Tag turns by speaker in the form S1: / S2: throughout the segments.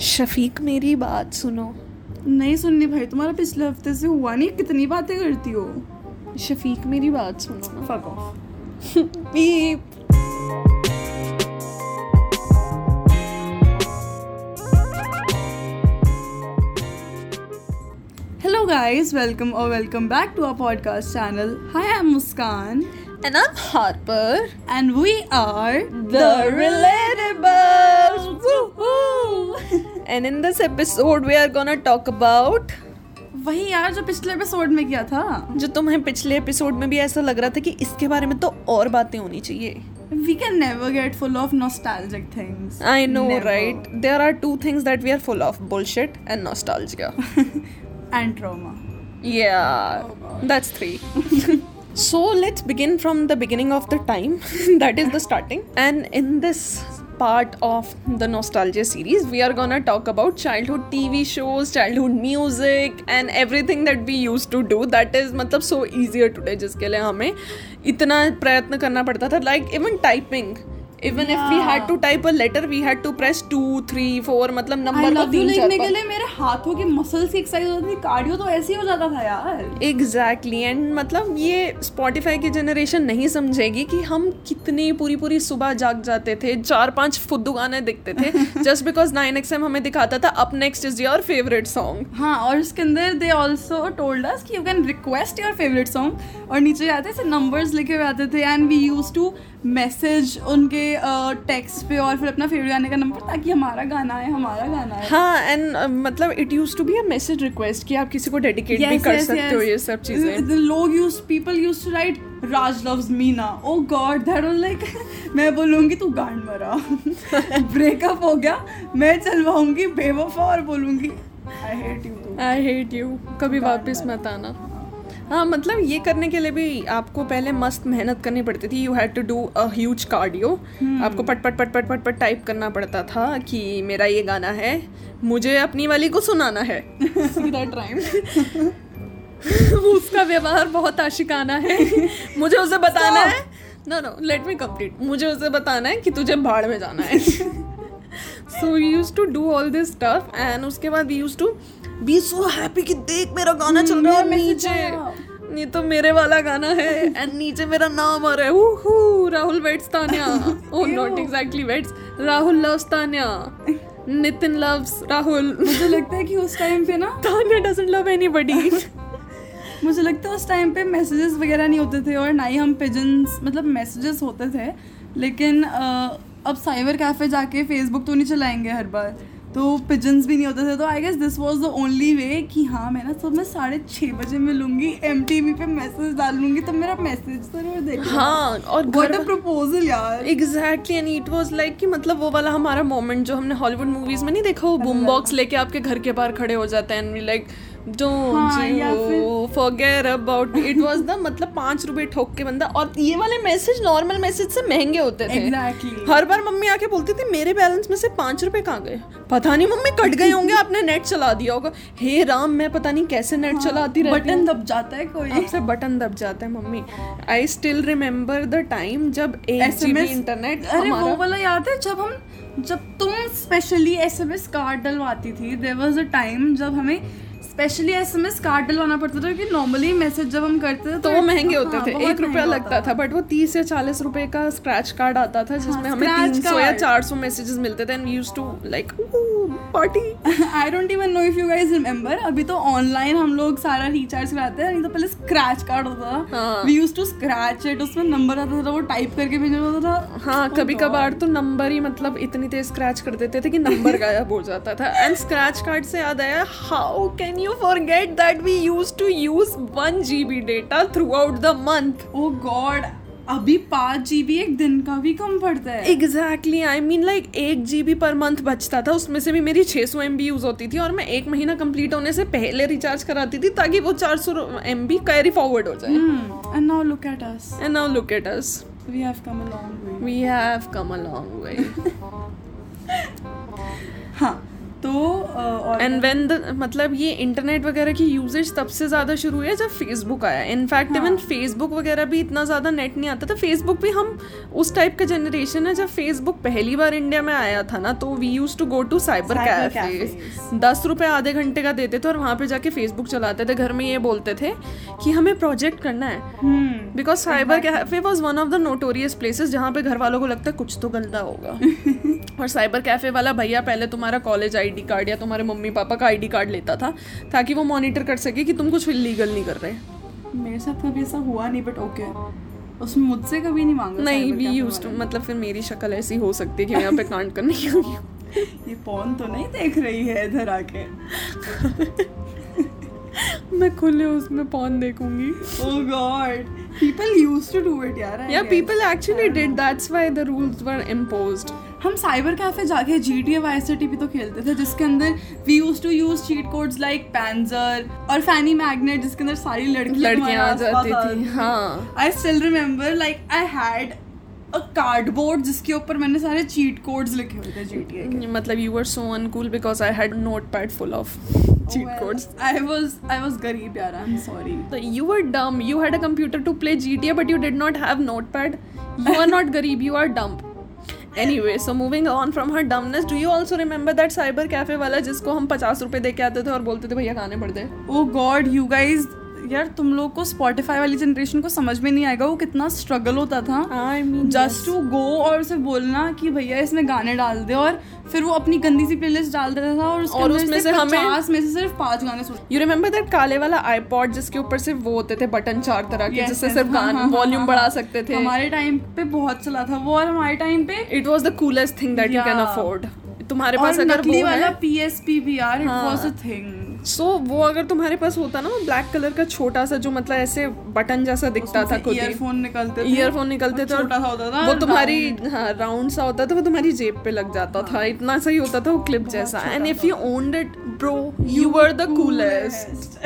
S1: शफीक मेरी बात सुनो
S2: नहीं सुननी भाई तुम्हारा पिछले हफ्ते से हुआ नहीं कितनी बातें करती हो
S1: शफीक मेरी बात सुनो ना
S2: fuck off
S1: Beep.
S2: Hello guys welcome और welcome back to our podcast channel hi I am Muskan
S1: And I'm Harper.
S2: And we are
S1: Relatables. Woohoo! and in this episode, we are gonna talk about
S2: वही यार जो पिछले episode में किया था
S1: जो तुम्हें पिछले एपिसोड में भी ऐसा लग रहा था कि इसके बारे में तो और बातें होनी चाहिए
S2: we can never get full of nostalgic things
S1: I know, right? There are two things that we are full of bullshit and nostalgia.
S2: And trauma
S1: Yeah, that's three. so let's begin from the beginning of the time. that is the starting. And in this part of the nostalgia series, we are gonna talk about childhood TV shows, childhood music, and everything that we used to do. That is, मतलब so easier today जिसके लिए हमें इतना प्रयत्न करना पड़ता था like even typing. Even if we had to type a letter, we had to press two, three, four मतलब
S2: आई
S1: number को
S2: लव यू
S1: तीन चार
S2: लिखने के
S1: बार-
S2: लिए मेरे हाथों की मसल्स की एक्सरसाइज होती थी कार्डियो तो ऐसे ही हो जाता था यार
S1: एग्जैक्टली एंड मतलब ये स्पॉटिफाई की जनरेशन नहीं समझेगी कि हम कितनी पूरी पूरी सुबह जाग जाते थे चार पांच फुद्दू गाने दिखते थे just because nine X M हमें दिखाता था up next is your favourite song
S2: हाँ और उसके अंदर दे ऑल्सो टोल्ड अस कि you can request your favourite song और नीचे आते से नंबर्स लिखे हुए आते थे and we use to message उनके टेक्स्ट पे और फिर अपना फेवरेट गाने का नंबर ताकि हमारा गाना आए हमारा गाना आए
S1: हाँ एंड मतलब it use to be a message request कि आप किसी को डेडिकेट भी
S2: Yes,
S1: कर
S2: yes,
S1: सकते हो
S2: yes.
S1: ये सब चीजें
S2: The लोग use people use to write Raj loves Meena oh god that was like मैं बोलूंगी तू गांड मरा ब्रेकअप हो गया मैं चलवाऊंगी बेवफा और बोलूंगी I hate you too
S1: I hate you कभी वापस मत आना हाँ मतलब ये करने के लिए भी आपको पहले मस्त मेहनत करनी पड़ती थी you had to do a huge cardio आपको पट पट पट पट पट पट टाइप करना पड़ता था कि मेरा ये गाना है मुझे अपनी वाली को सुनाना है सीधा टाइम उसका व्यवहार बहुत आशिकाना है मुझे उसे बताना है no no let me complete मुझे उसे बताना है कि तुझे भाड़ में जाना है so we use to do all this stuff and उसके बाद we use to be so happy कि देख मेरा गाना चल रहा है और
S2: मेरा मैसेज
S1: नीचे
S2: हम्म, आया।
S1: ये तो मेरे वाला गाना है एंड नीचे मेरा नाम आ रहा है हूहू Rahul weds Tanya oh not
S2: Ew.
S1: Exactly weds Rahul loves Tanya Nitin loves Rahul
S2: मुझे लगता है कि उस टाइम पे ना
S1: तान्या डजंट लव एनीबॉडी
S2: मुझे लगता है उस टाइम पे मैसेजेस वगैरह नहीं होते थे और ना ही हम पिजन्स मतलब मैसेजेस होते थे लेकिन अ, अब साइबर कैफ़े जाके फेसबुक तो नहीं चलाएंगे हर बार तो पिजन्स भी नहीं होते थे तो I guess this was the only way कि हाँ मैं ना सुबह साढ़े छः बजे मिलूंगी एम पे मैसेज डालूंगी तो मेरा मैसेज ज़रूर देखो
S1: हाँ और
S2: व्हाट
S1: घर-
S2: अ प्रपोजल यार
S1: exactly and it was like कि मतलब वो वाला हमारा मोमेंट जो हमने हॉलीवुड मूवीज में नहीं देखा वो बूम बॉक्स लेके आपके घर के बाहर खड़े हो जाते हैं एंड वी लाइक
S2: हाँ,
S1: डोंट
S2: या
S1: यू
S2: फिर-
S1: forget about it was the मतलब पाँच रुपए ठोक के बंदा और ये वाले मैसेज नॉर्मल मैसेज से महंगे होते थे
S2: एग्जैक्टली
S1: हर बार मम्मी आके बोलती थी मेरे बैलेंस में से पाँच रुपए कहाँ गए पता नहीं मम्मी कट गए होंगे आपने नेट चला दिया होगा हे राम मैं पता नहीं कैसे नेट
S2: हाँ,
S1: चलाती रहती हूँ।
S2: बटन दब जाता है कोई
S1: आपसे बटन दब जाता है mummy I still remember the time जब एक जीबी
S2: SMS
S1: इंटरनेट
S2: अरे
S1: हमारा
S2: वो वाला याद है जब हम जब तुम स्पेशली एसएमएस कार्ड डलवाती थी देर वॉज अ टाइम जब हमें स्पेशली एसएमएस कार्ड डलवाना पड़ता था क्योंकि नॉर्मली मैसेज जब हम करते थे
S1: तो वो महंगे
S2: हाँ,
S1: होते थे
S2: बहुत
S1: एक रुपया
S2: महंगा
S1: लगता था बट वो तीस या चालीस रुपए का स्क्रैच कार्ड आता था जिसमें हमें
S2: हाँ, scratch
S1: तीन सौ या
S2: card.
S1: चार सौ मैसेजेस मिलते थे and use to like party
S2: I don't even know if you guys remember अभी तो ऑनलाइन हम लोग सारा रिचार्ज कराते हैं नहीं तो पहले स्क्रैच कार्ड होता था
S1: हाँ।
S2: We use to scratch it उसमें नंबर आता था वो टाइप करके भेजना होता था
S1: हाँ
S2: Oh
S1: कभी
S2: God.
S1: कभार तो नंबर ही मतलब इतनी तेज स्क्रैच कर देते थे कि नंबर गायब हो जाता था एंड स्क्रैच कार्ड से याद आया how can you forget that we use to use one G B data throughout the month
S2: oh god Oh अभी पाँच जीबी एक दिन का भी कम पड़ता है
S1: एग्जैक्टली आई मीन लाइक एक जी पर मंथ बचता था उसमें से भी मेरी 600 सौ एम यूज़ होती थी और मैं एक महीना कंप्लीट होने से पहले रिचार्ज कराती थी ताकि वो 400 सौ एम बी कैरी फॉरवर्ड हो
S2: Hmm.
S1: जाए
S2: and now look at us
S1: and now look at us
S2: we have come a long way
S1: we have come a long way
S2: हाँ तो अ, और
S1: एंड वेन द मतलब ये इंटरनेट वगैरह की यूजेज तब से ज़्यादा शुरू हुई है जब फेसबुक आया इनफैक्ट इवन
S2: हाँ।
S1: फेसबुक वगैरह भी इतना ज़्यादा नेट नहीं आता था फेसबुक भी हम उस टाइप का जनरेशन है जब फेसबुक पहली बार इंडिया में आया था ना तो we use to go to cyber
S2: Cyber
S1: cafes
S2: cafes.
S1: दस रुपये आधे घंटे का देते थे और वहाँ पे जाके फेसबुक चलाते थे घर में ये बोलते थे कि हमें प्रोजेक्ट करना है
S2: हम्म
S1: because cyber cafe was one of the notorious places जहाँ पे घर वालों को लगता है कुछ तो गंदा होगा और साइबर कैफे वाला भैया पहले तुम्हारा कॉलेज आईडी कार्ड या तुम्हारे मम्मी पापा का आईडी कार्ड लेता था ताकि वो मॉनिटर कर सके कि तुम कुछ इलीगल नहीं कर
S2: तो
S1: रहे
S2: मेरे साथ कभी ऐसा हुआ नहीं बट ओके उसमें मुझसे कभी नहीं मांगा
S1: नहीं वी
S2: cyber cafe
S1: यूज
S2: वाले
S1: मतलब फिर मेरी शक्ल ऐसी हो सकती है कि मैं यहाँ पे कांड करने की होगी
S2: ने। ये फोन तो नहीं देख रही है इधर आके
S1: मैं खुले उसमें पौन देखूंगी
S2: oh God people used to do it यार I
S1: या
S2: guess.
S1: People actually did that's why the rules were imposed
S2: हम साइबर कैफे जाके जी टी वाई भी तो खेलते थे जिसके अंदर we use to use cheat codes like panzer और फैनी मैग्नेट जिसके अंदर सारी लड़कियां
S1: लड़कियां आ जाती थी हाँ
S2: I still remember like I had a cardboard जिसके ऊपर मैंने सारे चीट कोड्स लिखे हुए थे जी के
S1: मतलब you are so uncool because I had note pad full of
S2: Oh,
S1: cheat codes
S2: I was I was गरीब यार I am sorry
S1: You were dumb. You had a computer to play GTA, but you did not have notepad. You are not garib, you are dumb. Anyway, so moving on from her dumbness, do you also remember that cyber cafe वाला जिसको हम पचास रुपए दे के आते थे और बोलते थे भैया गाने पड़ते
S2: ओ गॉड यू गाइज यार तुम लोग को स्पॉटिफाई वाली जनरेशन को समझ में नहीं आएगा वो कितना स्ट्रगल होता था
S1: I mean
S2: just to go और उसे बोलना कि भैया इसमें गाने डाल दे और फिर वो अपनी गंदी सी प्लेलिस्ट डाल देता था और, उसके
S1: और
S2: अंदर
S1: उसमें
S2: से
S1: से हमें-
S2: पचास में से सिर्फ पांच गाने सुन
S1: यू रिमेम्बर दैट काले वाला आईपॉड जिसके ऊपर सिर्फ वो होते थे बटन चार तरह के जिससे सिर्फ गान वॉल्यूम बढ़ा सकते थे
S2: हमारे टाइम पे बहुत चला था वो और हमारे टाइम पे
S1: it was the coolest thing that you can
S2: Yeah.
S1: Afford तुम्हारे
S2: और
S1: पास अगर
S2: नकली
S1: वो
S2: वाला
S1: है
S2: पीएसपी भी यार इट
S1: हाँ।
S2: वाज अ थिंग
S1: सो वो अगर तुम्हारे पास होता ना वो ब्लैक कलर का छोटा सा जो मतलब ऐसे बटन जैसा दिखता था खुद ही
S2: ईयरफोन निकलते थे
S1: ईयरफोन निकलते
S2: और
S1: थे और
S2: छोटा सा होता था
S1: वो
S2: और
S1: तुम्हारी हाँ राउंड सा होता था वो तुम्हारी जेब पे लग जाता
S2: हाँ।
S1: था इतना सही होता था वो क्लिप जैसा and if you owned it bro you were the coolest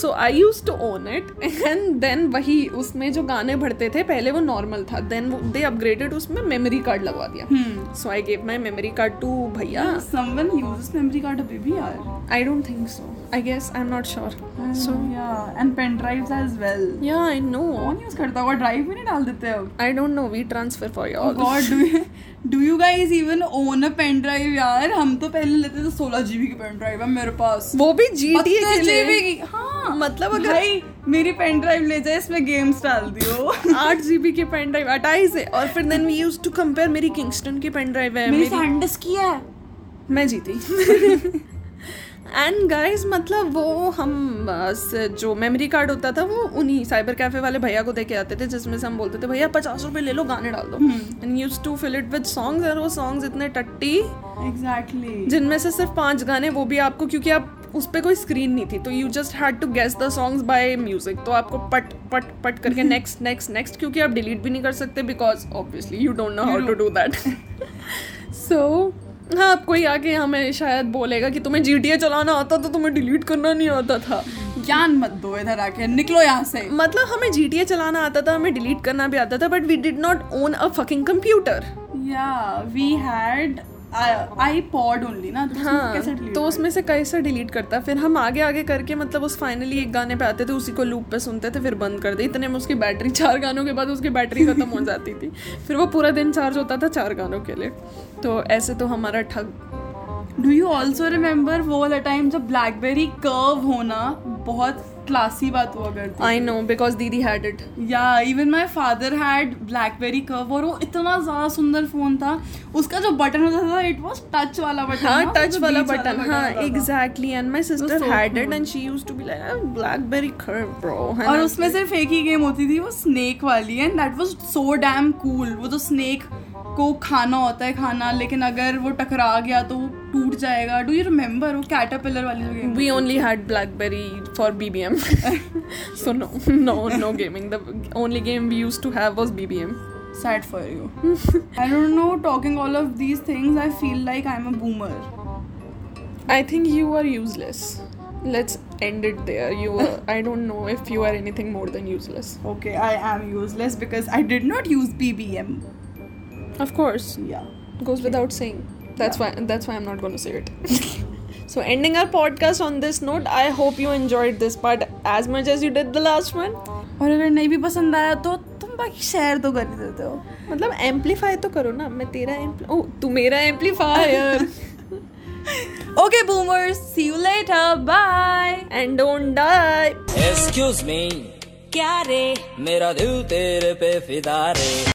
S1: so I use to own it and then वही उसमें जो गाने भरते थे पहले वो नॉर्मल था देन दे अपग्रेडेड उसमें मेमोरी कार्ड लगवा दिया
S2: हम्म हाँ।
S1: So I gave my memory card to भैया
S2: समवन यूजेस मेमोरी कार्ड अभी भी यार
S1: I don't think so I guess I am not
S2: हाँ।
S1: Sure so
S2: yeah and pen drives as well
S1: yeah I know
S2: कौन use करता होगा drive में नहीं डाल देते अब
S1: I don't know we transfer for
S2: Oh
S1: your
S2: God, do you, do you guys even own a pen drive यार हम तो पहले लेते थे 16 जीबी की पेन ड्राइव है मेरे पास
S1: वो भी GTA के लिए
S2: जीबी की हाँ
S1: मतलब अगर-
S2: भाई मेरी पेन ड्राइव ले जाए इसमें गेम्स डाल दियो
S1: आठ जीबी की पेन ड्राइव अट्ठाईस है और फिर then we use to compare मेरी किंगस्टन की पेन ड्राइव है मेरी
S2: सैंडस की है
S1: मैं जीती एंड गाइस मतलब वो हम अ, स- जो मेमोरी कार्ड होता था वो उन्हीं साइबर कैफे वाले भैया को देके आते थे जिसमें से हम बोलते थे भैया पचास रुपए ले लो गाने डाल दो and use to fill it with songs और वो सॉन्ग्स इतने टट्टी
S2: एग्जैक्टली
S1: जिनमें से सिर्फ पांच गाने वो भी आपको क्योंकि आप उस पर कोई स्क्रीन नहीं थी तो you just had to guess the songs by music तो आपको पट पट पट करके नेक्स्ट नेक्स्ट नेक्स्ट क्योंकि आप डिलीट भी नहीं कर सकते because obviously you don't know how to do that so हाँ आप कोई आके हमें शायद बोलेगा कि तुम्हें जी चलाना आता था तुम्हें डिलीट करना नहीं आता था
S2: ज्ञान मत दो इधर आके निकलो यहाँ से
S1: मतलब हमें जी चलाना आता था हमें डिलीट करना भी आता था but we did not own a fucking computer
S2: या we had iPod only uh, ना तो
S1: हाँ,
S2: हाँ, कैसे delete
S1: तो
S2: करें?
S1: उसमें से कैसे डिलीट करता फिर हम आगे आगे करके मतलब उस फाइनली एक गाने पे आते थे उसी को लूप पे सुनते थे फिर बंद कर दे इतने में उसकी बैटरी चार गानों के बाद उसकी बैटरी खत्म हो जाती थी फिर वो पूरा दिन चार्ज होता था चार गानों के लिए तो ऐसे तो हमारा ठग
S2: डू यू ऑल्सो रिमेम्बर वो वाला टाइम जब ब्लैकबेरी कर्व होना बहुत क्लासी बात हुआ करती
S1: आई नो बिकॉज दीदी had it
S2: yeah even my father had BlackBerry Curve और वो इतना ज़्यादा सुंदर फ़ोन था उसका जो बटन होता था इट वॉज टच वाला बटन
S1: हाँ
S2: ना,
S1: टच
S2: जो
S1: वाला
S2: बीच
S1: बटन हाँ
S2: होता था।
S1: Exactly and my sister
S2: so
S1: had it and she use to be like BlackBerry Curve bro
S2: और उसमें सिर्फ एक ही गेम होती थी वो स्नेक वाली and that was so damn cool वो जो स्नेक को खाना होता है खाना लेकिन अगर वो टकरा गया तो वो टूट जाएगा डू यू रिमेम्बर वो कैटरपिलर वाली जो game
S1: We only had BlackBerry for BBM, so no, no, no gaming. The only game we used to have was BBM.
S2: sad for you. I don't know, talking all of these things, I feel like I'm a boomer.
S1: I think you are useless. Let's end it there. You, are, I don't know if you are anything more than useless.
S2: Okay, I am useless because I did not use BBM.
S1: Of course,
S2: Yeah.
S1: goes without saying. That's why. That's why I'm not going to say it. So, ending our podcast on this note, I hope you enjoyed this part as much as you did the last one.
S2: और अगर नहीं भी पसंद आया तो तुम बाकी share तो कर ही देते हो
S1: मतलब एम्पलीफाई तो करो ना मैं तेरा एम्पली ओ तू मेरा amplifier
S2: okay boomers see you later bye
S1: and don't die
S3: excuse me
S4: क्या रे
S3: मेरा दिल तेरे पे फिदा रे